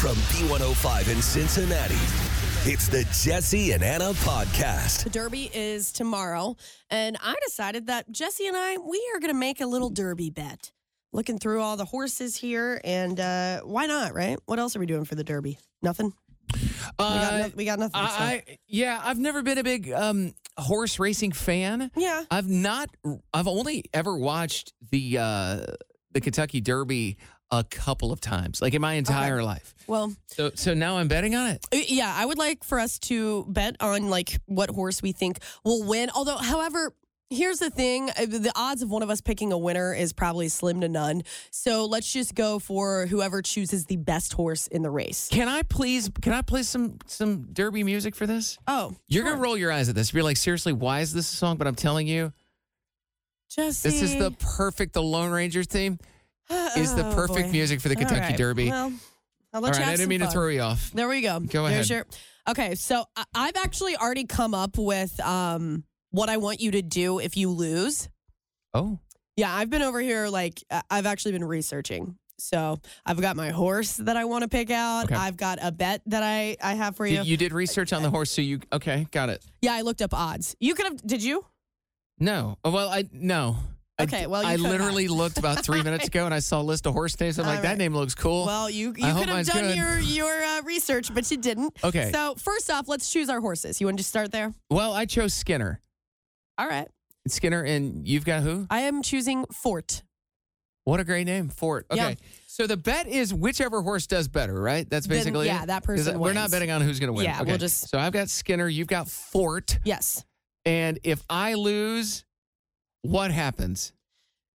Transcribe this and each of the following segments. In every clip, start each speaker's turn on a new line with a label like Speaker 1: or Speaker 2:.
Speaker 1: From B105 in Cincinnati, it's the Jesse and Anna podcast.
Speaker 2: The derby is tomorrow, and I decided that Jesse and I we are going to make a little derby bet. Looking through all the horses here, and uh, why not? Right? What else are we doing for the derby? Nothing. we, got
Speaker 3: Uh,
Speaker 2: no- we got nothing. so-
Speaker 3: I, I yeah, I've never been a big um, horse racing fan.
Speaker 2: yeah.
Speaker 3: I've not. I've only ever watched the uh, the Kentucky Derby a couple of times, like in my entire life.
Speaker 2: Well,
Speaker 3: So so now I'm betting on it.
Speaker 2: Uh, Yeah, I would like for us to bet on like what horse we think will win. Although, however, here's the thing: uh, the odds of one of us picking a winner is probably slim to none. So let's just go for whoever chooses the best horse in the race.
Speaker 3: Can I please? Can I play some some Derby music for this?
Speaker 2: Oh,
Speaker 3: You're gonna roll your eyes at this. You're like, seriously, why is this a song? But I'm telling you,
Speaker 2: Jesse.
Speaker 3: this is the perfect. The Lone Ranger theme is the
Speaker 2: Oh,
Speaker 3: perfect
Speaker 2: boy.
Speaker 3: music for the
Speaker 2: All
Speaker 3: Kentucky
Speaker 2: right.
Speaker 3: Derby.
Speaker 2: Well, I'll let
Speaker 3: All
Speaker 2: you
Speaker 3: right,
Speaker 2: have
Speaker 3: I
Speaker 2: some
Speaker 3: didn't mean
Speaker 2: fun.
Speaker 3: to throw you off.
Speaker 2: There we go.
Speaker 3: Go
Speaker 2: There's
Speaker 3: ahead.
Speaker 2: your- okay, so I- I've actually already come up with um, what I want you to do if you lose.
Speaker 3: Oh,
Speaker 2: Yeah, I've been over here like I- I've actually been researching. So I've got my horse that I want to pick out.
Speaker 3: Okay.
Speaker 2: I've got a bet that I I have for you.
Speaker 3: Did- you did research on the horse, so you okay? Got it.
Speaker 2: yeah, I looked up odds. You could have. Did you?
Speaker 3: No. Oh, Well, I no. I
Speaker 2: Okay,
Speaker 3: d-
Speaker 2: well, you
Speaker 3: I
Speaker 2: could have.
Speaker 3: literally looked about three minutes ago and I saw a list of horse names. I'm like,
Speaker 2: All right.
Speaker 3: that name looks cool.
Speaker 2: Well, you
Speaker 3: I
Speaker 2: you
Speaker 3: hope
Speaker 2: could have
Speaker 3: mine's
Speaker 2: done
Speaker 3: good.
Speaker 2: your your uh, research, but you didn't.
Speaker 3: Okay.
Speaker 2: So first off, let's choose our horses. You want to just start there?
Speaker 3: well, I chose Skinner.
Speaker 2: All right.
Speaker 3: Skinner, and you've got who?
Speaker 2: I am choosing Fort.
Speaker 3: What a great name, Fort. Okay.
Speaker 2: Yeah.
Speaker 3: So the bet is whichever horse does better, right? That's
Speaker 2: Then,
Speaker 3: basically
Speaker 2: yeah,
Speaker 3: it?
Speaker 2: that
Speaker 3: 'Cause
Speaker 2: person
Speaker 3: We're not
Speaker 2: wins.
Speaker 3: betting on who's going to win.
Speaker 2: Yeah,
Speaker 3: okay.
Speaker 2: we'll just-
Speaker 3: So I've got Skinner, you've got Fort,
Speaker 2: Yes.
Speaker 3: and if I lose, what happens?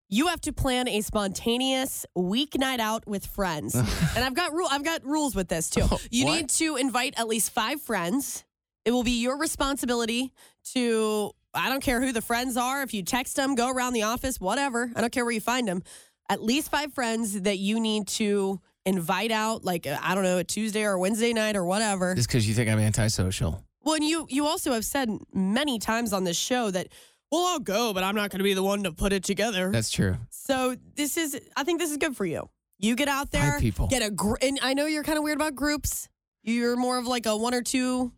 Speaker 2: You have to plan a spontaneous weeknight out with friends. and I've got rule I've got rules with this too.
Speaker 3: Oh,
Speaker 2: You
Speaker 3: what?
Speaker 2: need to invite at least 5 friends. It will be your responsibility to I don't care who the friends are, if you text them, go around the office, whatever. I don't care where you find them. At least 5 friends that you need to invite out like uh, I don't know, a Tuesday or a Wednesday night or whatever.
Speaker 3: Just because you think I'm antisocial.
Speaker 2: Well, and you you also have said many times on this show that well, I'll go, but I'm not going to be the one to put it together.
Speaker 3: That's true.
Speaker 2: So this is, I think this is good for you. You get out there,
Speaker 3: Five people.
Speaker 2: get a, gr- and I know you're kind of weird about groups. You're more of like a one or two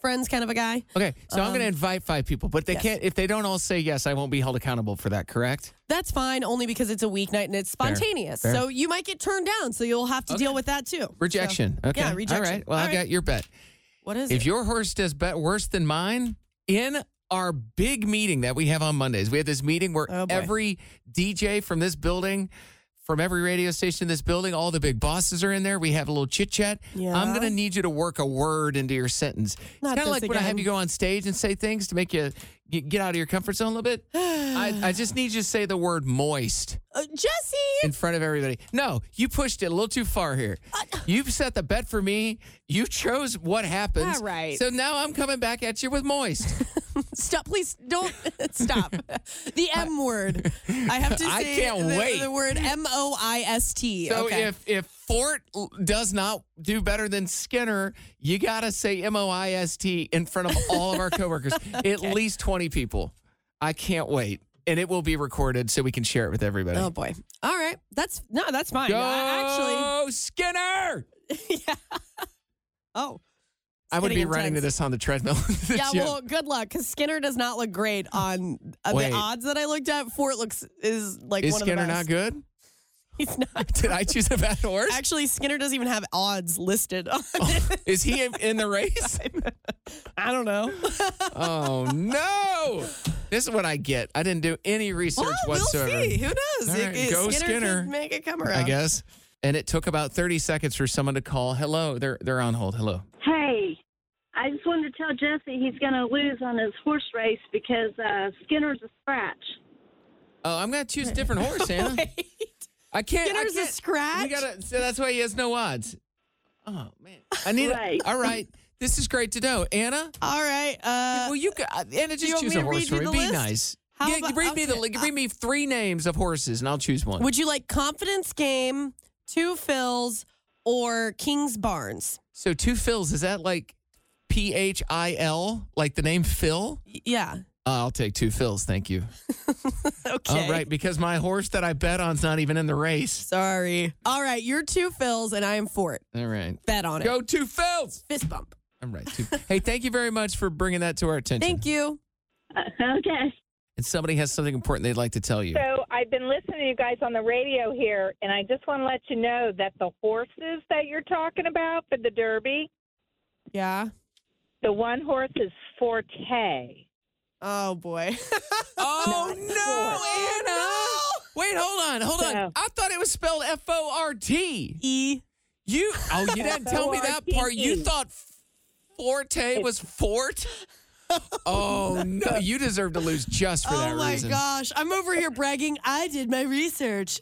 Speaker 2: friends kind of a guy.
Speaker 3: Okay, so I'm going to
Speaker 2: Um,
Speaker 3: invite five people, but they
Speaker 2: yes.
Speaker 3: can't. If they don't all say yes, I won't be held accountable for that. Correct?
Speaker 2: That's fine, only because it's a weeknight and it's
Speaker 3: Fair,
Speaker 2: spontaneous.
Speaker 3: fair.
Speaker 2: So you might get turned down. So you'll have to
Speaker 3: Okay.
Speaker 2: deal with that too. So-
Speaker 3: Rejection. okay.
Speaker 2: yeah, rejection.
Speaker 3: All right. Well,
Speaker 2: All
Speaker 3: I
Speaker 2: right.
Speaker 3: got your bet.
Speaker 2: what is
Speaker 3: If
Speaker 2: it?
Speaker 3: your horse does bet worse than mine, in our big meeting that we have on Mondays, we have this meeting where
Speaker 2: Oh, boy.
Speaker 3: every DJ from this building, from every radio station in this building, all the big bosses are in there. We have a little chit chat. I'm
Speaker 2: Yeah.
Speaker 3: going to need you to work a word into your sentence.
Speaker 2: Not
Speaker 3: it's kind
Speaker 2: this
Speaker 3: of like when I have
Speaker 2: again.
Speaker 3: you go on stage and say things to make you g- get out of your comfort zone a little bit. I, I just need you to say the word moist.
Speaker 2: Uh, Jesse!
Speaker 3: in front of everybody. No, you pushed it a little too far here.
Speaker 2: Uh,
Speaker 3: You've set the bet for me. You chose what happens.
Speaker 2: All right.
Speaker 3: So now I'm coming back at you with moist.
Speaker 2: Stop, please don't stop. the M word. I have to say
Speaker 3: I can't
Speaker 2: the,
Speaker 3: wait.
Speaker 2: the word M O I S T.
Speaker 3: So
Speaker 2: okay.
Speaker 3: if if Fort l- does not do better than Skinner, you gotta say M O I S T in front of all of our coworkers, at least twenty people. I can't wait, and it will be recorded so we can share it with everybody.
Speaker 2: oh boy. All right. That's, no, that's fine.
Speaker 3: Go
Speaker 2: I actually.
Speaker 3: Skinner!
Speaker 2: Oh.
Speaker 3: I would be
Speaker 2: getting
Speaker 3: running to
Speaker 2: intense.
Speaker 3: this on the treadmill. The
Speaker 2: Yeah,
Speaker 3: gym.
Speaker 2: well, good luck because Skinner does not look great on uh, the
Speaker 3: Wait.
Speaker 2: odds that I looked at. Fort looks is like
Speaker 3: is
Speaker 2: one
Speaker 3: Skinner
Speaker 2: of the
Speaker 3: not
Speaker 2: best.
Speaker 3: good?
Speaker 2: He's not.
Speaker 3: Did I choose a bad horse?
Speaker 2: Actually, Skinner doesn't even have odds listed. On
Speaker 3: Oh,
Speaker 2: it.
Speaker 3: Is he in- in the race?
Speaker 2: I don't know.
Speaker 3: oh no! This is what I get. I didn't do any research
Speaker 2: well, we'll
Speaker 3: whatsoever.
Speaker 2: see. Who knows?
Speaker 3: All
Speaker 2: It-
Speaker 3: right,
Speaker 2: it-
Speaker 3: go
Speaker 2: Skinner,
Speaker 3: Skinner,
Speaker 2: could make a come around.
Speaker 3: I guess. And it took about 30 seconds for someone to call. Hello, they're they're on hold. Hello.
Speaker 4: Hey, I just wanted to tell Jesse he's going to lose on his horse race because uh, Skinner's a scratch.
Speaker 3: Oh, I'm gonna choose a different horse, Anna.
Speaker 2: Wait.
Speaker 3: I can't. I
Speaker 5: Skinner's a
Speaker 3: can't-
Speaker 5: scratch?
Speaker 3: You gotta. So that's why he has no odds. Oh man, I need.
Speaker 6: Right.
Speaker 3: All right, this is great to know, Anna.
Speaker 5: All right. Uh,
Speaker 3: well, you could, Anna, just
Speaker 5: you want
Speaker 3: choose
Speaker 5: me to
Speaker 3: a horse
Speaker 5: read you
Speaker 3: story.
Speaker 5: the
Speaker 3: Be
Speaker 5: list?
Speaker 3: nice.
Speaker 5: How
Speaker 3: yeah,
Speaker 5: about-
Speaker 3: read me the.
Speaker 5: okay,
Speaker 3: li- Read me three names of horses, and I'll choose one.
Speaker 5: would you like confidence game, two fills, or King's Barnes?
Speaker 3: so two Phils. Is that like P H I L, like the name Phil?
Speaker 5: Y- Yeah.
Speaker 3: Uh, I'll take two Phils, thank you.
Speaker 5: Okay.
Speaker 3: All right, because my horse that I bet on's not even in the race.
Speaker 5: Sorry. All right. You're two fills and I am for it.
Speaker 3: All right,
Speaker 5: Bet on it.
Speaker 3: go two Phils.
Speaker 5: Fist bump.
Speaker 3: All right. Two. hey, thank you very much for bringing that to our attention.
Speaker 5: Thank you.
Speaker 6: Uh, okay.
Speaker 3: And somebody has something important they'd like to tell you.
Speaker 7: So I've been listening to you guys on the radio here, and I just want to let you know that the horses that you're talking about for the Derby,
Speaker 5: Yeah.
Speaker 7: the one horse is Forte.
Speaker 5: Oh boy.
Speaker 3: Oh no, Anna! Wait, hold on, hold on.
Speaker 7: No.
Speaker 3: I thought it was spelled F O R T.
Speaker 5: E.
Speaker 3: You oh, you didn't tell me that part. You
Speaker 7: F-O-R-T-E.
Speaker 3: thought Forte was Fort. Oh no, you deserve to lose just for that
Speaker 5: Oh my
Speaker 3: reason.
Speaker 5: gosh. I'm over here bragging. I did my research.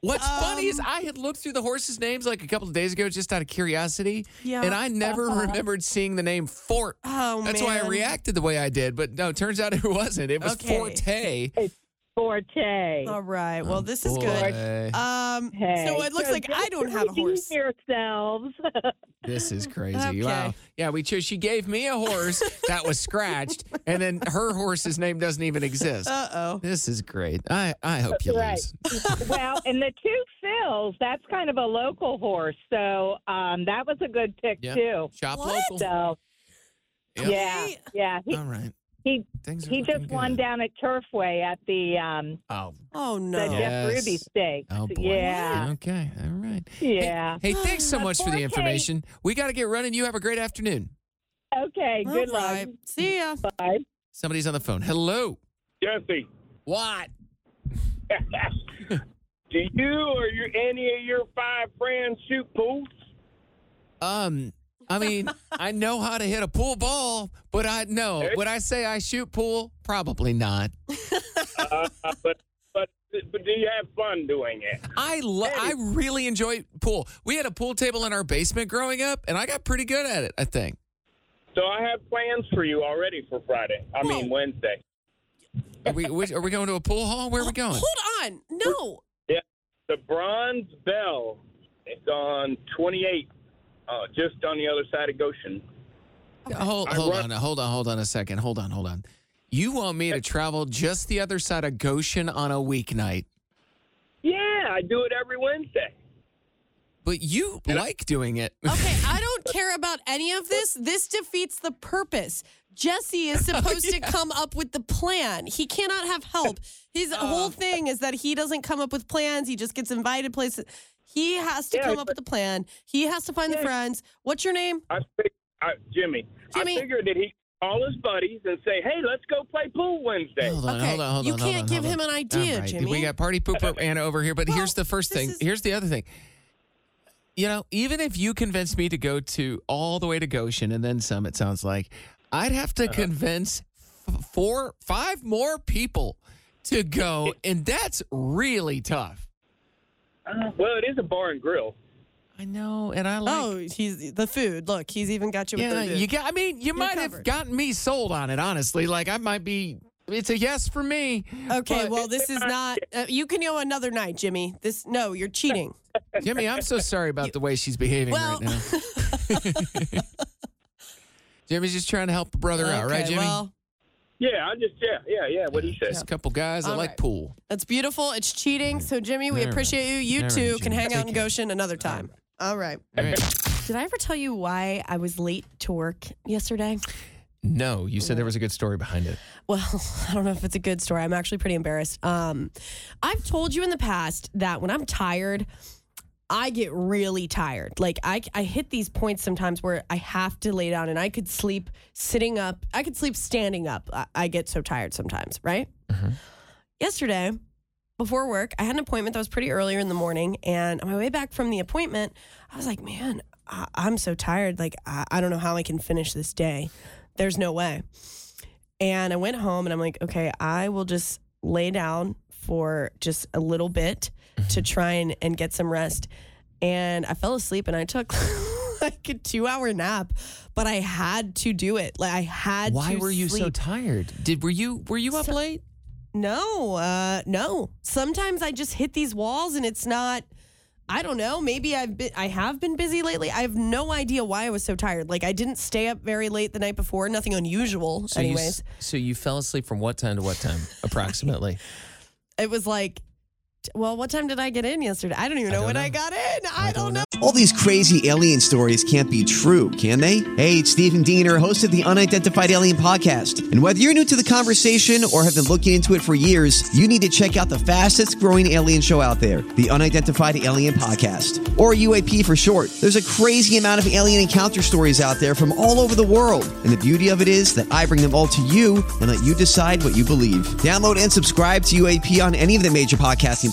Speaker 3: What's funny is
Speaker 5: Um,
Speaker 3: I had looked through the horses' names like a couple of days ago just out of curiosity,
Speaker 5: Yeah. Uh-huh.
Speaker 3: and I never remembered seeing the name Fort.
Speaker 5: Oh
Speaker 3: That's
Speaker 5: man.
Speaker 3: why I reacted the way I did. But no, turns out it wasn't. It was
Speaker 5: Okay.
Speaker 3: Forte.
Speaker 7: Forte.
Speaker 5: All right. Well, this is good.
Speaker 3: Oh, Boy,
Speaker 5: Um
Speaker 7: Hey,
Speaker 5: so it looks like I
Speaker 7: just
Speaker 5: don't have a
Speaker 7: redeem
Speaker 5: horse.
Speaker 7: Yourselves.
Speaker 3: This is crazy.
Speaker 5: Okay.
Speaker 3: Wow. Yeah, we chose. She gave me a horse that was scratched, and then her horse's name doesn't even exist.
Speaker 5: Uh-oh.
Speaker 3: This is great. I, I hope you
Speaker 7: Right.
Speaker 3: lose.
Speaker 7: well, and the two fills, that's kind of a local horse, so um, that was a good pick
Speaker 3: Yeah. Oh,
Speaker 7: too.
Speaker 3: Shop
Speaker 5: What?
Speaker 3: local.
Speaker 7: So,
Speaker 3: Yep.
Speaker 7: yeah,
Speaker 5: Okay.
Speaker 7: yeah, he
Speaker 3: All right.
Speaker 7: he
Speaker 3: Things are
Speaker 7: he
Speaker 3: looking
Speaker 7: just won
Speaker 3: good.
Speaker 7: down at Turfway at the um,
Speaker 3: Oh,
Speaker 5: Oh
Speaker 7: the
Speaker 5: no.
Speaker 3: Yeah.
Speaker 7: Jeff
Speaker 3: Yes.
Speaker 7: Ruby Stakes.
Speaker 3: oh boy.
Speaker 7: Yeah,
Speaker 3: Okay. All right.
Speaker 7: yeah.
Speaker 3: Hey, thanks so
Speaker 7: But
Speaker 3: much for the
Speaker 7: Forte-
Speaker 3: information. We got to get running. You have a great afternoon.
Speaker 7: Okay,
Speaker 5: All
Speaker 7: good
Speaker 5: right.
Speaker 7: luck.
Speaker 5: See ya.
Speaker 7: Bye.
Speaker 3: Somebody's on the phone. Hello.
Speaker 8: Jesse,
Speaker 3: What?
Speaker 8: do you or your any of your five friends shoot pools?
Speaker 3: Um, I mean, I know how to hit a pool ball, but I no. Would I say I shoot pool? Probably not.
Speaker 8: Uh, but but but do you have fun doing it?
Speaker 3: I lo- I really enjoy pool. We had a pool table in our basement growing up, and I got pretty good at it. I think.
Speaker 8: So I have plans for you already for Friday. I mean Wednesday.
Speaker 3: Are we which- are we going to a pool hall? Where are we going?
Speaker 5: Hold on. No.
Speaker 8: The Bronze Bell. It's on 28, uh, just on the other side of Goshen.
Speaker 3: Hold
Speaker 8: I
Speaker 3: hold
Speaker 8: run-
Speaker 3: on hold on hold on a second. Hold on hold on. You want me to travel just the other side of Goshen on a weeknight?
Speaker 8: Yeah, I do it every Wednesday.
Speaker 3: But you like doing it.
Speaker 5: Okay, I don't care about any of this. This defeats the purpose. Jesse
Speaker 3: Oh,
Speaker 5: is supposed to come up with the plan. He cannot have help. His
Speaker 3: Oh.
Speaker 5: whole thing is that he doesn't come up with plans. He just gets invited places. He has to
Speaker 8: Yeah,
Speaker 5: come up with a plan. He has to find the friends. What's your name?
Speaker 8: I, fig- I Jimmy,
Speaker 5: Jimmy.
Speaker 8: I figured that he call his buddies and say, "Hey, let's go play pool Wednesday."
Speaker 3: Hold on,
Speaker 5: Okay,
Speaker 3: hold on, hold on.
Speaker 5: you
Speaker 3: hold
Speaker 5: can't
Speaker 3: on,
Speaker 5: give
Speaker 3: hold
Speaker 5: him
Speaker 3: on.
Speaker 5: an idea,
Speaker 3: All right,
Speaker 5: Jimmy.
Speaker 3: We got party pooper Anna over here, but
Speaker 5: Well,
Speaker 3: here's the first
Speaker 5: this
Speaker 3: thing.
Speaker 5: is-
Speaker 3: Here's the other thing. You know, even if you convince me to go to all the way to Goshen and then some, it sounds like I'd have
Speaker 5: Uh-huh.
Speaker 3: to convince f- four, five more people to go, and that's really tough.
Speaker 8: Well, it is a bar and grill.
Speaker 3: I know, and I like.
Speaker 5: Oh, he's the food. Look, he's even got you
Speaker 3: yeah,
Speaker 5: with the food.
Speaker 3: you got. I mean, you might have
Speaker 5: covered.
Speaker 3: gotten me sold on it. Honestly, like I might be. It's a yes for me.
Speaker 5: okay,
Speaker 3: but-
Speaker 5: well, this is not. Uh, you can go another night, Jimmy. This no, you're cheating.
Speaker 3: Jimmy, I'm so sorry about the way she's behaving
Speaker 5: Well-
Speaker 3: right now. Jimmy's just trying to help a brother out, right,
Speaker 5: Okay,
Speaker 3: Jimmy?
Speaker 5: Well,
Speaker 8: Yeah, I just yeah, yeah, yeah. What he said.
Speaker 3: Just a couple guys that
Speaker 5: All
Speaker 3: like
Speaker 5: right.
Speaker 3: pool.
Speaker 5: That's beautiful. It's cheating. So, Jimmy, we
Speaker 3: All right.
Speaker 5: appreciate you. You
Speaker 3: All right,
Speaker 5: two can
Speaker 3: Jimmy.
Speaker 5: hang
Speaker 3: Take
Speaker 5: out in
Speaker 3: care.
Speaker 5: Goshen another time. All right.
Speaker 3: All right.
Speaker 2: Did I ever tell you why I was late to work yesterday?
Speaker 3: No, you said there was a good story behind it.
Speaker 2: Well, I don't know if it's a good story. I'm actually pretty embarrassed. Um, I've told you in the past that when I'm tired, I get really tired. Like I, I hit these points sometimes where I have to lay down, and I could sleep sitting up. I could sleep standing up. I, I get so tired sometimes, right? Yesterday, before work, I had an appointment that was pretty earlier in the morning, and on my way back from the appointment, I was like, "Man, I, I'm so tired. Like I, I don't know how I can finish this day. There's no way." And I went home and I'm like, okay, I will just lay down for just a little bit
Speaker 3: Mm-hmm.
Speaker 2: to try and, and get some rest. And I fell asleep and I took like a two hour nap, but I had to do it. Like I had
Speaker 3: Why
Speaker 2: to
Speaker 3: were you so
Speaker 2: sleep.
Speaker 3: tired? Did were you were you up late?
Speaker 2: No, uh, no. Sometimes I just hit these walls and it's not. I don't know. Maybe I've been. I have been busy lately. I have no idea why I was so tired. Like I didn't stay up very late the night before. Nothing unusual.
Speaker 3: So you
Speaker 2: anyways,
Speaker 3: s- so you fell asleep from what time to what time approximately?
Speaker 2: it was like, well, what time did I get in yesterday? I don't even know
Speaker 3: don't
Speaker 2: when I
Speaker 3: know.
Speaker 2: got in. I, don't, know.
Speaker 9: All these crazy alien stories can't be true, can they? Hey, it's Stephen Diener, host of the Unidentified Alien Podcast. And whether you're new to the conversation or have been looking into it for years, you need to check out the fastest growing alien show out there, the Unidentified Alien Podcast, or UAP for short. There's a crazy amount of alien encounter stories out there from all over the world. And the beauty of it is that I bring them all to you and let you decide what you believe. Download and subscribe to UAP on any of the major podcasting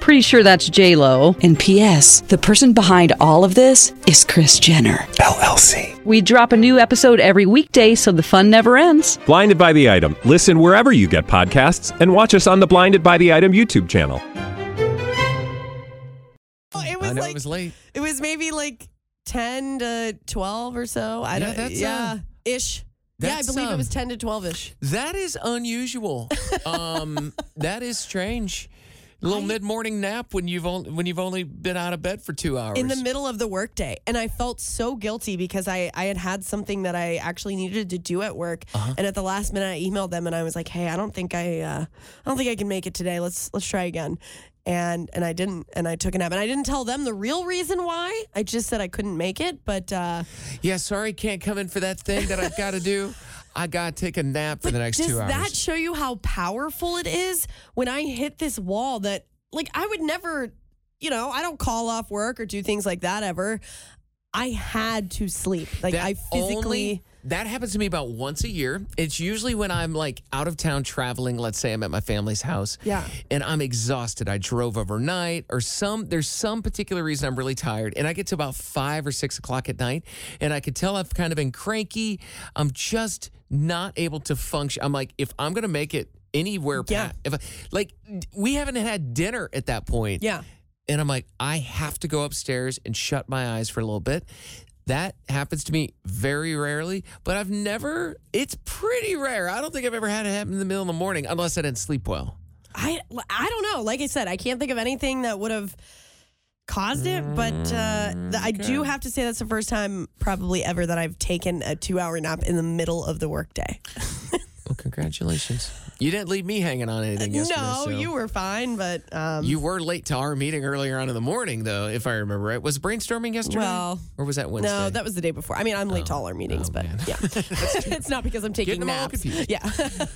Speaker 10: Pretty sure that's J Lo.
Speaker 11: And P.S. The person behind all of this is Chris Jenner.
Speaker 1: LLC.
Speaker 10: We drop a new episode every weekday, so the fun never ends.
Speaker 1: Blinded by the item. Listen wherever you get podcasts, and watch us on the Blinded by the Item YouTube channel.
Speaker 2: It
Speaker 3: I
Speaker 2: was
Speaker 3: know
Speaker 2: like
Speaker 3: it was late.
Speaker 2: it was maybe like ten to twelve or so. I
Speaker 3: Yeah,
Speaker 2: don't.
Speaker 3: that's,
Speaker 2: yeah,
Speaker 3: um,
Speaker 2: ish. Yeah, I
Speaker 3: that's,
Speaker 2: believe it
Speaker 3: um,
Speaker 2: was ten to twelve ish.
Speaker 3: That is unusual. um, that is strange. A little mid morning nap when you've only when you've only been out of bed for two hours.
Speaker 2: in the middle of the workday and i felt so guilty because i i had had something that i actually needed to do at work
Speaker 3: Uh-huh.
Speaker 2: and at the last minute i emailed them and i was like hey i don't think i uh, i don't think i can make it today let's let's try again and and i didn't and i took a nap and i didn't tell them the real reason why i just said i couldn't make it but uh
Speaker 3: yeah, sorry, can't come in for that thing that I've got to do. I gotta take a nap for the next
Speaker 2: does
Speaker 3: two hours.
Speaker 2: that show you how powerful it is when i hit this wall that like i would never you know i don't call off work or do things like that ever i had to sleep like
Speaker 3: That
Speaker 2: i physically
Speaker 3: only- that happens to me about once a year. It's usually when I'm like out of town traveling. Let's say I'm at my family's house.
Speaker 2: Yeah.
Speaker 3: And I'm exhausted. I drove overnight or some, there's some particular reason I'm really tired. And I get to about five or six o'clock at night and I could tell I've kind of been cranky. I'm just not able to function. I'm like, if I'm going to make it anywhere,
Speaker 2: Yeah.
Speaker 3: Pat, if I, like we haven't had dinner at that point.
Speaker 2: Yeah.
Speaker 3: And I'm like, I have to go upstairs and shut my eyes for a little bit. That happens to me very rarely, but I've never, it's pretty rare. I don't think I've ever had it happen in the middle of the morning unless I didn't sleep well.
Speaker 2: I I don't know. Like I said, I can't think of anything that would have caused it, but uh,
Speaker 3: Mm,
Speaker 2: th- I do have to say that's the first time probably ever that I've taken a 2-hour nap in the middle of the workday.
Speaker 3: Well, congratulations. you didn't leave me hanging on anything yesterday.
Speaker 2: No,
Speaker 3: so-
Speaker 2: you were fine, but um
Speaker 3: You were late to our meeting earlier on in the morning, though, if I remember right. Was brainstorming yesterday?
Speaker 2: Well,
Speaker 3: or was that Wednesday? Oh.
Speaker 2: no, that was the day before. I mean, I'm late to all our meetings, but yeah. it's not because I'm taking
Speaker 3: them all
Speaker 2: naps.
Speaker 3: confused.
Speaker 2: Yeah.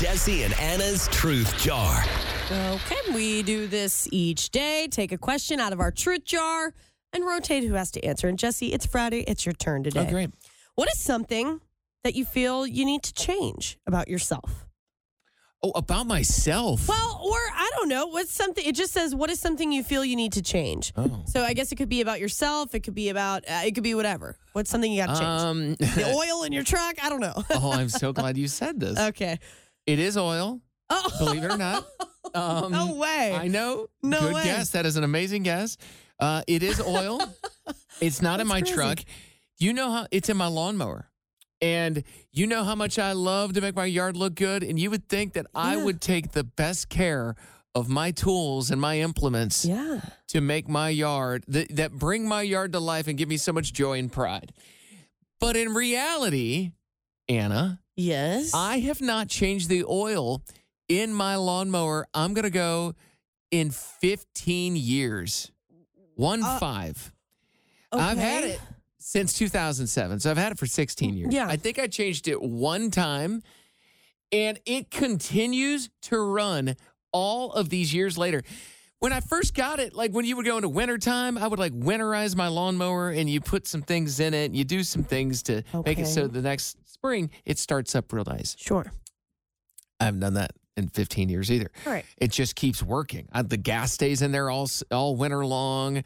Speaker 12: Jesse and Anna's Truth Jar.
Speaker 2: okay, we do this each day. Take a question out of our truth jar and rotate who has to answer. And Jesse, it's Friday. It's your turn today.
Speaker 3: Oh, great.
Speaker 2: What is something that you feel you need to change about yourself?
Speaker 3: Oh, about myself.
Speaker 2: Well, or I don't know. What's something? It just says, what is something you feel you need to change?
Speaker 3: Oh.
Speaker 2: So I guess it could be about yourself. It could be about, uh, it could be whatever. What's something you got to change?
Speaker 3: Um,
Speaker 2: the oil in your truck? I don't know.
Speaker 3: oh, I'm so glad you said this.
Speaker 2: okay.
Speaker 3: It is oil.
Speaker 2: Oh.
Speaker 3: Believe it or not. Um,
Speaker 2: No way.
Speaker 3: I know.
Speaker 2: No
Speaker 3: Good
Speaker 2: way.
Speaker 3: guess. That is an amazing guess. Uh, it is oil. it's not in my
Speaker 2: crazy.
Speaker 3: truck. You know how it's in my lawnmower. And you know how much I love to make my yard look good. And you would think that I
Speaker 2: Yeah.
Speaker 3: would take the best care of my tools and my implements
Speaker 2: Yeah.
Speaker 3: to make my yard that, that bring my yard to life and give me so much joy and pride. But in reality, Anna,
Speaker 2: Yes.
Speaker 3: I have not changed the oil in my lawnmower. I'm going to go in 15 years. One
Speaker 2: Uh,
Speaker 3: five. I've had
Speaker 2: okay.
Speaker 3: it since 2007. So I've had it for 16 years.
Speaker 2: Yeah.
Speaker 3: I think I changed it one time and it continues to run all of these years later. When I first got it, like when you would go into wintertime, I would like winterize my lawnmower and you put some things in it and you do some things to make
Speaker 2: Okay.
Speaker 3: it so the next spring it starts up real nice.
Speaker 2: Sure.
Speaker 3: I haven't done that in 15 years either.
Speaker 2: All right.
Speaker 3: It just keeps working. I, the gas stays in there all s- all winter long.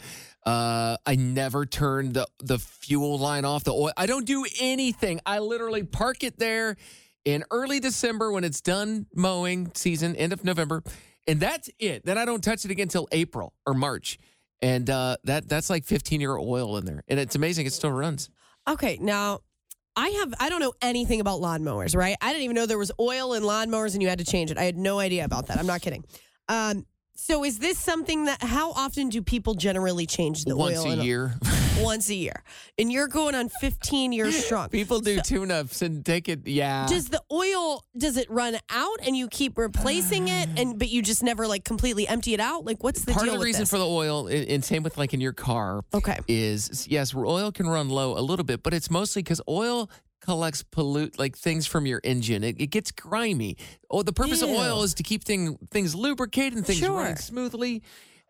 Speaker 3: Uh, I never turn the the fuel line off the oil. I don't do anything. I literally park it there in early December when it's done mowing season, end of November, and that's it. Then I don't touch it again until April or March, and uh, that that's like 15 year oil in there, and it's amazing. It still runs.
Speaker 2: Okay, now I have I don't know anything about lawnmowers, right? I didn't even know there was oil in lawnmowers and you had to change it. I had no idea about that. I'm not kidding. Um, so is this something that how often do people generally change the
Speaker 3: Once
Speaker 2: oil?
Speaker 3: a
Speaker 2: in
Speaker 3: year.
Speaker 2: Once a year. And you're going on 15 years strong.
Speaker 3: People do tune ups and take it. Yeah.
Speaker 2: Does the oil does it run out and you keep replacing it and but you just never like completely empty it out? Like what's the
Speaker 3: part
Speaker 2: deal
Speaker 3: of the
Speaker 2: with
Speaker 3: reason
Speaker 2: this?
Speaker 3: for the oil and and same with like in your car
Speaker 2: okay
Speaker 3: is yes oil can run low a little bit but it's mostly because oil collects pollute like things from your engine it, it gets grimy oh the purpose of oil
Speaker 13: Ew.
Speaker 3: is to keep thing, things lubricated and things running smoothly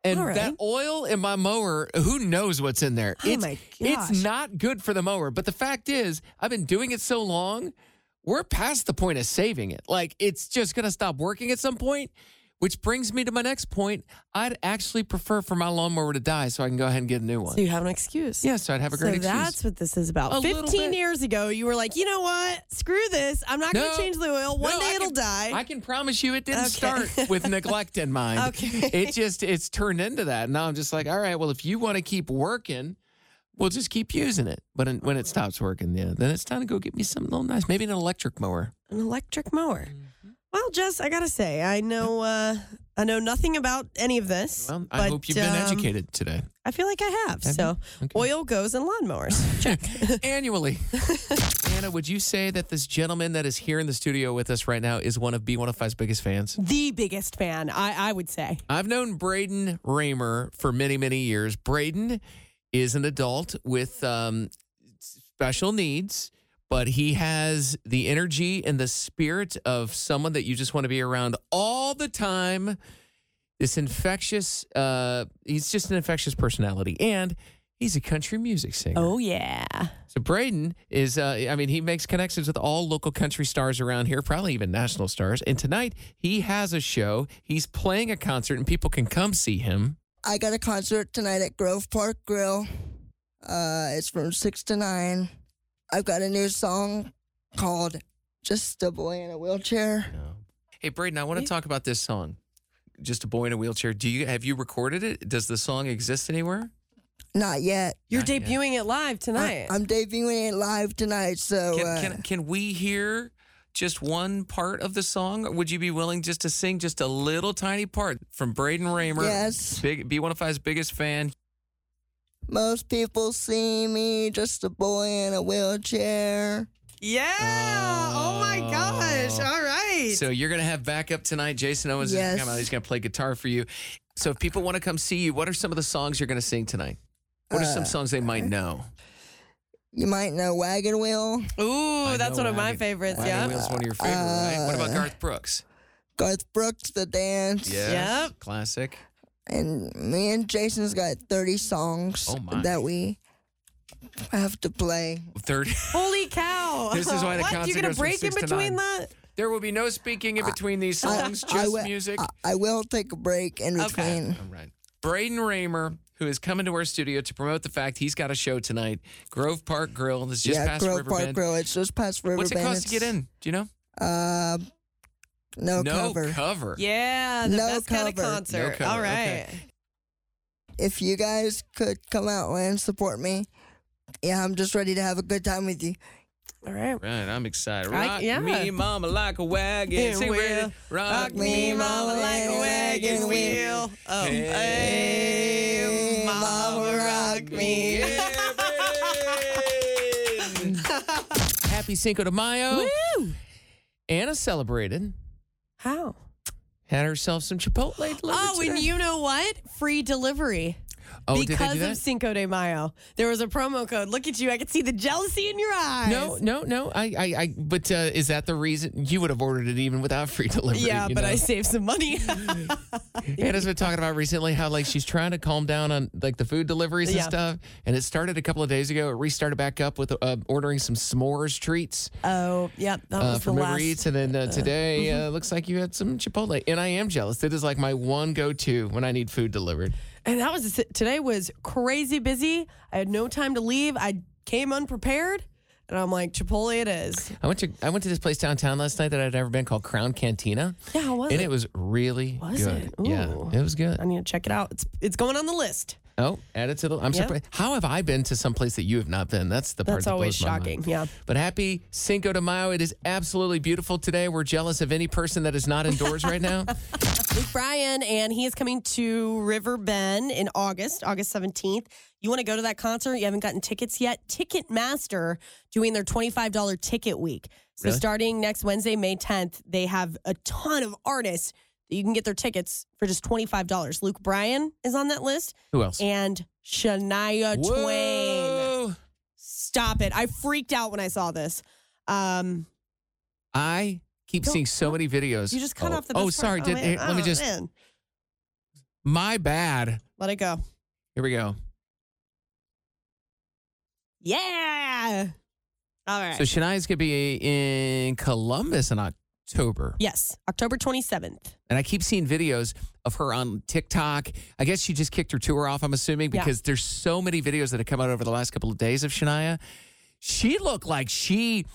Speaker 3: and
Speaker 13: All right.
Speaker 3: that oil in my mower, who knows what's in there?
Speaker 13: Oh
Speaker 3: it's,
Speaker 13: my
Speaker 3: it's
Speaker 13: gosh.
Speaker 3: not good for the mower. But the fact is, I've been doing it so long, we're past the point of saving it. Like it's just going to stop working at some point, which brings me to my next point. I'd actually prefer for my lawnmower to die so I can go ahead and get a new one.
Speaker 2: So you have an excuse.
Speaker 3: Yeah, so I'd have a great
Speaker 2: so
Speaker 3: excuse.
Speaker 2: that's what this is about.
Speaker 3: A little
Speaker 2: 15
Speaker 3: bit.
Speaker 2: years ago, you were like, you know what? Screw this. I'm not going to
Speaker 3: No.
Speaker 2: change the oil. One
Speaker 3: No,
Speaker 2: day
Speaker 3: I
Speaker 2: it'll
Speaker 3: can-
Speaker 2: die.
Speaker 3: I can promise you it didn't
Speaker 2: Okay.
Speaker 3: start with neglect in mind.
Speaker 2: Okay.
Speaker 3: It just it's turned into that. Now I'm just like, all right, well, if you want to keep working, we'll just keep using it. But in, when it stops working, yeah, then it's time to go get me something little nice, maybe an electric mower.
Speaker 2: An electric mower.
Speaker 3: Mm-hmm.
Speaker 2: Well, Jess, I gotta say, I know uh, I know nothing about any of this.
Speaker 3: Well, I
Speaker 2: but,
Speaker 3: hope you've been
Speaker 2: um,
Speaker 3: educated today.
Speaker 2: I feel like I have.
Speaker 3: Have
Speaker 2: so oil goes in lawnmowers. Check.
Speaker 3: Annually. Anna, would you say that this gentleman that is here in the studio with us right now is one of B105's biggest fans?
Speaker 2: the biggest fan, I, I would say.
Speaker 3: I've known Braden Raymer for many, many years. Braden is an adult with um, special needs, but he has the energy and the spirit of someone that you just want to be around all the time. This infectious, uh, he's just an infectious personality, and he's a country music singer.
Speaker 2: Oh yeah.
Speaker 3: So Braden is, uh, I mean, he makes connections with all local country stars around here, probably even national stars. And tonight he has a show. He's playing a concert, and people can come see him.
Speaker 4: I got a concert tonight at Grove Park Grill. Uh, it's from six to nine. I've got a new song called "Just a Boy in a Wheelchair."
Speaker 3: Hey, Braden, I want to talk about this song, "Just a Boy in a Wheelchair." Do you have you recorded it? Does the song exist anywhere?
Speaker 4: Not yet.
Speaker 2: You're
Speaker 3: Not yet.
Speaker 2: debuting it live tonight.
Speaker 4: I, am debuting it live tonight. So
Speaker 3: Can,
Speaker 4: uh,
Speaker 3: can can we hear just one part of the song? Would you be willing just to sing just a little tiny part from Braden Raymer?
Speaker 4: Yes.
Speaker 3: Big B105's biggest fan.
Speaker 4: most people see me just a boy in a wheelchair.
Speaker 2: Yeah. Oh, my gosh. All right.
Speaker 3: Oh. So you're gonna have backup tonight. Jason Owens is
Speaker 4: Yes.
Speaker 3: gonna come out. He's gonna play guitar for you. So if people want to come see you, what are some of the songs you're gonna sing tonight? What are some
Speaker 4: Uh,
Speaker 3: songs they might know?
Speaker 4: You might know Wagon Wheel.
Speaker 2: Ooh,
Speaker 3: that's know one of my Wagon- favorites, Wagon yeah. Wheel's one of your favorite, right? What
Speaker 4: Uh.
Speaker 3: about Garth Brooks?
Speaker 4: Garth Brooks, The Dance.
Speaker 3: Yes, Classic.
Speaker 4: And me and Jason's got 30 songs
Speaker 3: Oh, my.
Speaker 4: that we have to play.
Speaker 3: Third.
Speaker 2: Holy cow.
Speaker 3: This is why the
Speaker 2: what?
Speaker 3: concert
Speaker 2: You're gonna
Speaker 3: goes from
Speaker 2: break in
Speaker 3: six to
Speaker 2: between
Speaker 3: nine.
Speaker 2: that?
Speaker 3: There will be no speaking in between these songs,
Speaker 4: I
Speaker 3: just
Speaker 4: will-
Speaker 3: music.
Speaker 4: I, I will take a break in between.
Speaker 3: All right. Braden Raymer, who is coming to our studio to promote the fact he's got a show tonight, Grove Park Grill. This is just
Speaker 4: yeah,
Speaker 3: past
Speaker 4: Grove Park
Speaker 3: Riverbend.
Speaker 4: Grill. It's just past Riverbend.
Speaker 3: What's it cost to get in? Do you know?
Speaker 4: Uh, no,
Speaker 3: no
Speaker 4: cover.
Speaker 3: cover.
Speaker 2: Yeah, the
Speaker 4: No
Speaker 2: best kind
Speaker 4: cover.
Speaker 2: of
Speaker 4: No
Speaker 2: concert.
Speaker 3: cover,
Speaker 2: All right.
Speaker 3: okay.
Speaker 4: If you guys could come out and support me, yeah, I'm just ready to have a good time with you.
Speaker 2: All right.
Speaker 3: Right, I'm excited.
Speaker 4: I-
Speaker 3: Rock
Speaker 4: yeah.
Speaker 3: me, mama, like a wagon.
Speaker 4: Yeah,
Speaker 3: Sing
Speaker 4: well,
Speaker 3: Braden. Rock,
Speaker 4: rock me, mama, like a wagon wheel.
Speaker 2: Oh,
Speaker 4: hey, mama, rock me.
Speaker 3: Happy Cinco de Mayo.
Speaker 2: Woo!
Speaker 3: Anna celebrated.
Speaker 2: How?
Speaker 3: Had herself some Chipotle delivered
Speaker 2: Oh,
Speaker 3: today.
Speaker 2: and you know what? Free delivery.
Speaker 3: Oh, did they
Speaker 2: because
Speaker 3: do that?
Speaker 2: of Cinco de Mayo. There was a promo code. Look at you. I could see the jealousy in your eyes.
Speaker 3: No, no, no. I, I, I but uh, is that the reason you would have ordered it even without free delivery?
Speaker 2: Yeah,
Speaker 3: you
Speaker 2: but
Speaker 3: know?
Speaker 2: I saved some money.
Speaker 3: Anna's been talking about recently how like she's trying to calm down on like the food deliveries and
Speaker 2: Yeah.
Speaker 3: stuff, and it started a couple of days ago. It restarted back up with uh, ordering some s'mores treats
Speaker 2: Oh, yep. That
Speaker 3: uh,
Speaker 2: was the
Speaker 3: from Uber
Speaker 2: last. mm-hmm.
Speaker 3: Eats, and then uh, today uh, looks like you had some Chipotle, and I am jealous. It is like my one go-to when I need food delivered.
Speaker 2: And that was today was crazy busy. I had no time to leave. I came unprepared, and I'm like Chipotle. It is.
Speaker 3: I went to I went to this place downtown last night that I'd never been called Crown Cantina.
Speaker 2: Yeah, how was
Speaker 3: and
Speaker 2: it?
Speaker 3: it was really
Speaker 2: Was
Speaker 3: good.
Speaker 2: it?
Speaker 3: Yeah,
Speaker 2: Ooh.
Speaker 3: it was good.
Speaker 2: I need to check it out. It's it's going on the list.
Speaker 3: Oh, add it to the. I'm
Speaker 2: Yeah.
Speaker 3: surprised. How have I been to some place that you have not been? That's the part
Speaker 2: That's
Speaker 3: that
Speaker 2: always
Speaker 3: blows my mind.
Speaker 2: shocking. Yeah.
Speaker 3: But happy Cinco de Mayo. It is absolutely beautiful today. We're jealous of any person that is not indoors right now.
Speaker 2: Luke Bryan, and he is coming to River Bend in August, August 17th. You want to go to that concert? You haven't gotten tickets yet? Ticketmaster doing their $25 ticket week. So
Speaker 13: Really?
Speaker 2: starting next Wednesday, May 10th, they have a ton of artists that you can get their tickets for just $25. Luke Bryan is on that list.
Speaker 3: Who else?
Speaker 2: And Shania Twain. Stop it. I freaked out when I saw this. Um,
Speaker 3: I keep
Speaker 2: Don't-
Speaker 3: seeing so many videos.
Speaker 2: you just cut
Speaker 3: oh,
Speaker 2: off the
Speaker 3: Oh,
Speaker 2: best part.
Speaker 3: sorry.
Speaker 2: Oh,
Speaker 3: did,
Speaker 2: man.
Speaker 3: eh, let me
Speaker 2: Oh,
Speaker 3: just.
Speaker 2: man.
Speaker 3: My bad.
Speaker 2: Let it go.
Speaker 3: Here we go.
Speaker 2: Yeah. All right.
Speaker 3: So Shania's gonna be in Columbus in October.
Speaker 2: Yes, October 27th.
Speaker 3: And I keep seeing videos of her on TikTok. I guess she just kicked her tour off, I'm assuming,
Speaker 2: Yeah.
Speaker 3: because there's so many videos that have come out over the last couple of days of Shania. She looked like she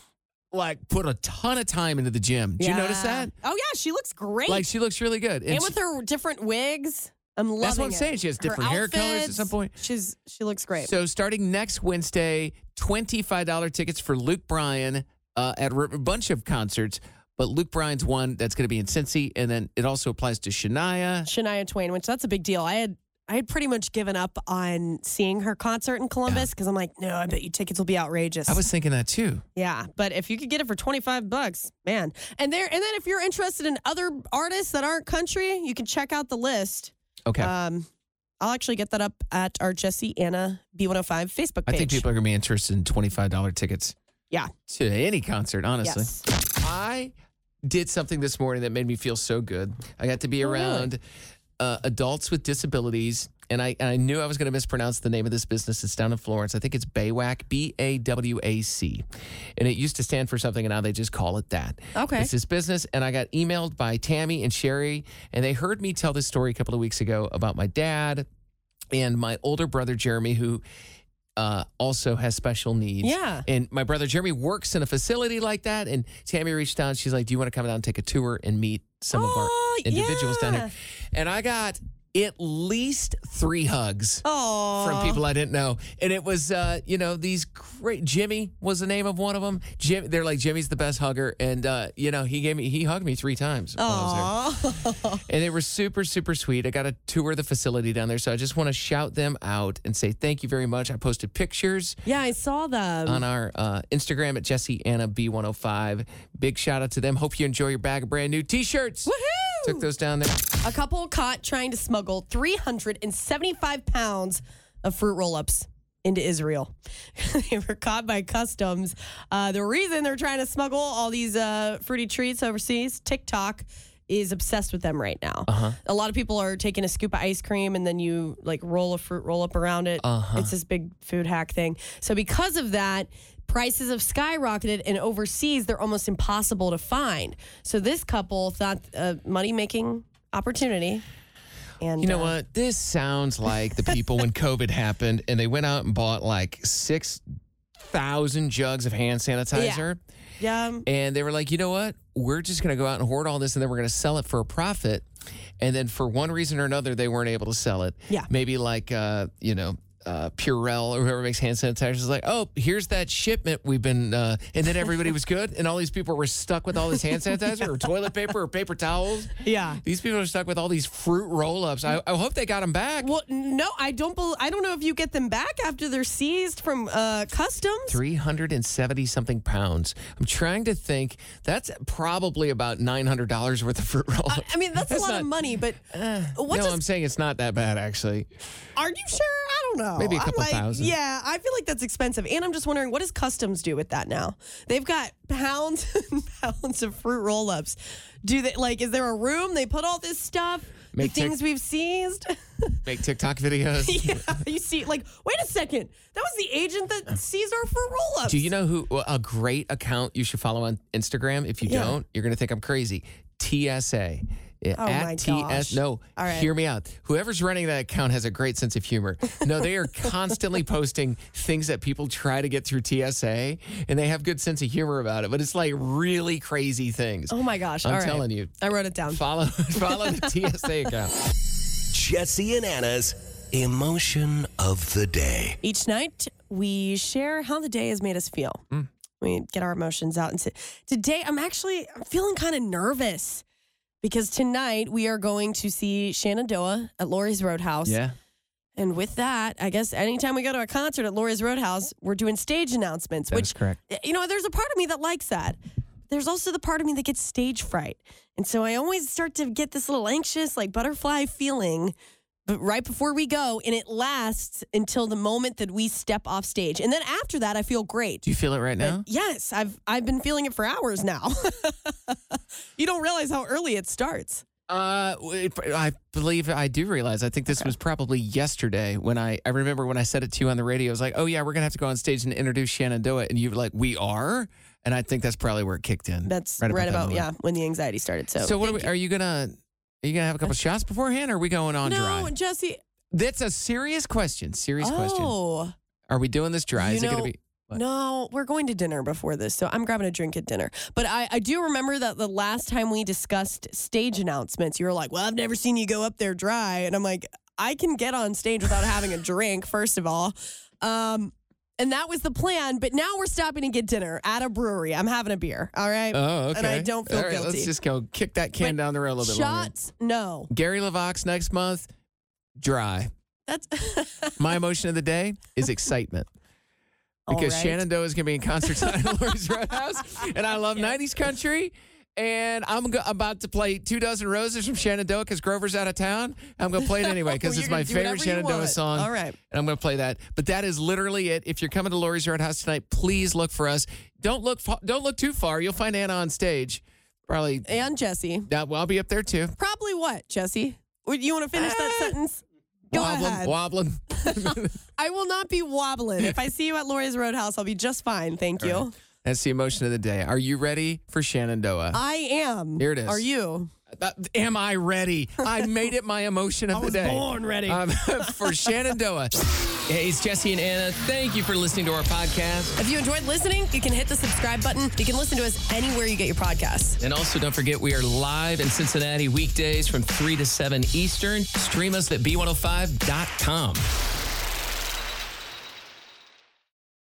Speaker 3: like put a ton of time into the gym. Did you notice
Speaker 2: Yeah.
Speaker 3: that?
Speaker 2: Oh yeah, she looks great.
Speaker 3: Like she looks really good.
Speaker 2: and, with
Speaker 3: she-
Speaker 2: her different wigs, I'm loving.
Speaker 3: That's what I'm
Speaker 2: it.
Speaker 3: saying. She has
Speaker 2: Her
Speaker 3: different hair colors at some
Speaker 2: outfits.
Speaker 3: point.
Speaker 2: She's she looks great.
Speaker 3: So starting next Wednesday, $25 tickets for Luke Bryan uh, at a bunch of concerts. But Luke Bryan's one that's going to be in Cincy, and then it also applies to Shania.
Speaker 2: Shania Twain, which that's a big deal. I had I had pretty much given up on seeing her concert in Columbus because I'm like, no, I bet you tickets will be outrageous.
Speaker 3: I was thinking that too.
Speaker 2: Yeah, but if you could get it for 25 bucks, man. And there and then if you're interested in other artists that aren't country, you can check out the list.
Speaker 3: Okay.
Speaker 2: Um I'll actually get that up at our Jesse Anna B105 Facebook page.
Speaker 3: I think people are going to be interested in $25 tickets
Speaker 2: Yeah.
Speaker 3: to any concert, honestly.
Speaker 2: Yes.
Speaker 3: I did something this morning that made me feel so good. I got to be
Speaker 2: Oh, really?
Speaker 3: around uh, adults with disabilities, and I, and I knew I was going to mispronounce the name of this business. It's down in Florence. I think it's Baywac, B A W A C. And it used to stand for something, and now they just call it that.
Speaker 2: Okay.
Speaker 3: It's this business, and I got emailed by Tammy and Sherry, and they heard me tell this story a couple of weeks ago about my dad and my older brother Jeremy, who uh, also has special needs.
Speaker 2: Yeah.
Speaker 3: And my brother Jeremy works in a facility like that. And Tammy reached out. She's like, "Do you want to come down and take a tour and meet some of our individuals down here?" And I got at least three hugs from people I didn't know. And it was, uh, you know, these great. Jimmy was the name of one of them. Jim, they're like Jimmy's the best hugger, and uh, you know, he gave me he hugged me three times. while I was there and they were super, super sweet. I got a tour of the facility down there, so I just want to shout them out and say thank you very much. I posted pictures
Speaker 2: Yeah, I saw them.
Speaker 3: on our uh, Instagram at Jesse Anna B105. Big shout out to them. Hope you enjoy your bag of brand new T-shirts. Woohoo! Took those down there.
Speaker 2: A couple caught trying to smuggle 375 pounds of fruit roll ups into Israel. they were caught by customs. Uh, the reason they're trying to smuggle all these uh, fruity treats overseas, TikTok is obsessed with them right now.
Speaker 3: Uh-huh.
Speaker 2: A lot of people are taking a scoop of ice cream and then you like roll a fruit roll up around it.
Speaker 3: Uh-huh.
Speaker 2: It's this big food hack thing. So because of that, prices have skyrocketed and overseas they're almost impossible to find. So this couple thought uh, a money making opportunity. And
Speaker 3: You know
Speaker 2: uh,
Speaker 3: what? This sounds like the people when COVID happened and they went out and bought like six thousand jugs of hand sanitizer.
Speaker 2: Yeah. um,
Speaker 3: And they were like, you know what? We're just going to go out and hoard all this and then we're going to sell it for a profit. And then for one reason or another, they weren't able to sell it.
Speaker 2: Yeah.
Speaker 3: Maybe like, uh, you know, uh, Purell or whoever makes hand sanitizer is like, oh, here's that shipment we've been, uh, and then everybody was good, and all these people were stuck with all this hand sanitizer or toilet paper or paper towels.
Speaker 2: Yeah.
Speaker 3: These people are stuck with all these fruit roll-ups. I, I hope they got them back.
Speaker 2: Well, no, I don't. Bel- I don't know if you get them back after they're seized from uh, customs.
Speaker 3: 370 something pounds. I'm trying to think. That's probably about $900 worth of fruit roll ups.
Speaker 2: I mean, that's, a lot of money, but what
Speaker 3: Uh, no,
Speaker 2: does?
Speaker 3: I'm saying it's not that bad, actually.
Speaker 2: Are you sure? I don't know.
Speaker 3: Maybe a
Speaker 2: I'm
Speaker 3: couple
Speaker 2: like,
Speaker 3: thousand.
Speaker 2: Yeah, I feel like that's expensive, and I'm just wondering what does customs do with that now? They've got pounds and pounds of fruit roll-ups. Do they like? Is there a room they put all this stuff?
Speaker 3: Make
Speaker 2: the things
Speaker 3: tic-
Speaker 2: we've seized.
Speaker 3: Make TikTok videos.
Speaker 2: yeah, you see, like, wait a second. That was the agent that seized our for roll ups.
Speaker 3: Do you know who a great account you should follow on Instagram? If you
Speaker 2: Yeah.
Speaker 3: don't, you're going to think I'm crazy. TSA. Yeah,
Speaker 2: Oh
Speaker 3: At
Speaker 2: my
Speaker 3: TS
Speaker 2: gosh.
Speaker 3: No,
Speaker 2: All right.
Speaker 3: hear me out. Whoever's running that account has a great sense of humor. No, they are constantly posting things that people try to get through TSA, and they have good sense of humor about it. But it's like really crazy things.
Speaker 2: Oh my gosh!
Speaker 3: I'm
Speaker 2: All right.
Speaker 3: telling you.
Speaker 2: I wrote it down.
Speaker 3: Follow follow the TSA account.
Speaker 12: Jesse and Anna's emotion of the day.
Speaker 2: Each night, we share how the day has made us feel.
Speaker 3: Mm.
Speaker 2: We get our emotions out. And sit. today, I'm actually I'm feeling kind of nervous because tonight we are going to see Shenandoah at Lori's Roadhouse.
Speaker 3: Yeah.
Speaker 2: And with that, I guess anytime we go to a concert at Lori's Roadhouse, we're doing stage announcements, which,
Speaker 3: correct.
Speaker 2: you know, there's a part of me that likes that. There's also the part of me that gets stage fright. And so I always start to get this little anxious, like butterfly feeling but right before we go. And it lasts until the moment that we step off stage. And then after that, I feel great.
Speaker 3: Do you feel it right now?
Speaker 2: Yes, I've I've been feeling it for hours now. you don't realize how early it starts.
Speaker 3: Uh, it- I believe I do realize. I think this was probably yesterday when I I remember when I said it to you on the radio. I was like, "Oh yeah, we're gonna have to go on stage and introduce Shenandoah," and you were like, "We are," and I think that's probably where it kicked in.
Speaker 2: That's right about,
Speaker 3: that moment.
Speaker 2: yeah when the anxiety started. So
Speaker 3: So what are, we, are you gonna are you gonna have a couple shots beforehand? or Are we going on
Speaker 2: no,
Speaker 3: dry?
Speaker 2: Jesse.
Speaker 3: That's a serious question. Serious question.
Speaker 2: Oh,
Speaker 3: Are we doing this dry? Is
Speaker 2: you
Speaker 3: it
Speaker 2: know-
Speaker 3: gonna be? What?
Speaker 2: No, we're going to dinner before this, so I'm grabbing a drink at dinner. But I, I do remember that the last time we discussed stage announcements, you were like, "Well, I've never seen you go up there dry," and I'm like, "I can get on stage without having a drink, first of all." Um, and that was the plan. But now we're stopping to get dinner at a brewery. I'm having a beer. All right.
Speaker 3: Oh, okay.
Speaker 2: And I don't feel
Speaker 3: All right,
Speaker 2: guilty.
Speaker 3: Let's just go kick that can down the road a little bit longer.
Speaker 2: Shots, no.
Speaker 3: Gary Lavox next month, dry.
Speaker 2: That's
Speaker 3: My emotion of the day is excitement. Because
Speaker 2: right.
Speaker 3: Shenandoah is going to be in concert tonight at Lori's Roadhouse, and I love '90s country. And I'm go- about to play Two Dozen Roses from Shenandoah because Grover's out of town. I'm going to play it anyway because
Speaker 2: Well, you're
Speaker 3: it's my
Speaker 2: gonna do
Speaker 3: favorite
Speaker 2: whatever you
Speaker 3: Shenandoah
Speaker 2: want.
Speaker 3: song.
Speaker 2: All right.
Speaker 3: And I'm going to play that. But that is literally it. If you're coming to Lori's Roadhouse tonight, please look for us. Don't look fa- don't look too far. You'll find Anna on stage. Probably.
Speaker 2: and Jesse.
Speaker 3: Yeah, well, I'll be up there too.
Speaker 2: Probably what, Jesse? Would you want to finish
Speaker 3: Eh.
Speaker 2: that sentence? Go
Speaker 3: wobbling,
Speaker 2: ahead.
Speaker 3: wobbling.
Speaker 2: I will not be wobbling. If I see you at Lori's Roadhouse, I'll be just fine. Thank you.
Speaker 3: That's the emotion of the day. Are you ready for Shenandoah?
Speaker 2: I am.
Speaker 3: Here it is.
Speaker 2: Are you?
Speaker 3: Uh, am I ready? I made it my emotion of the day.
Speaker 13: born ready.
Speaker 3: Um, for Shenandoah.
Speaker 13: Hey, it's Jesse and Anna. Thank you for listening to our podcast.
Speaker 2: If you enjoyed listening, you can hit the subscribe button. You can listen to us anywhere you get your podcasts.
Speaker 13: And also, don't forget, we are live in oh Cincinnati weekdays from 3 to 7 Eastern. Stream us at b105.com.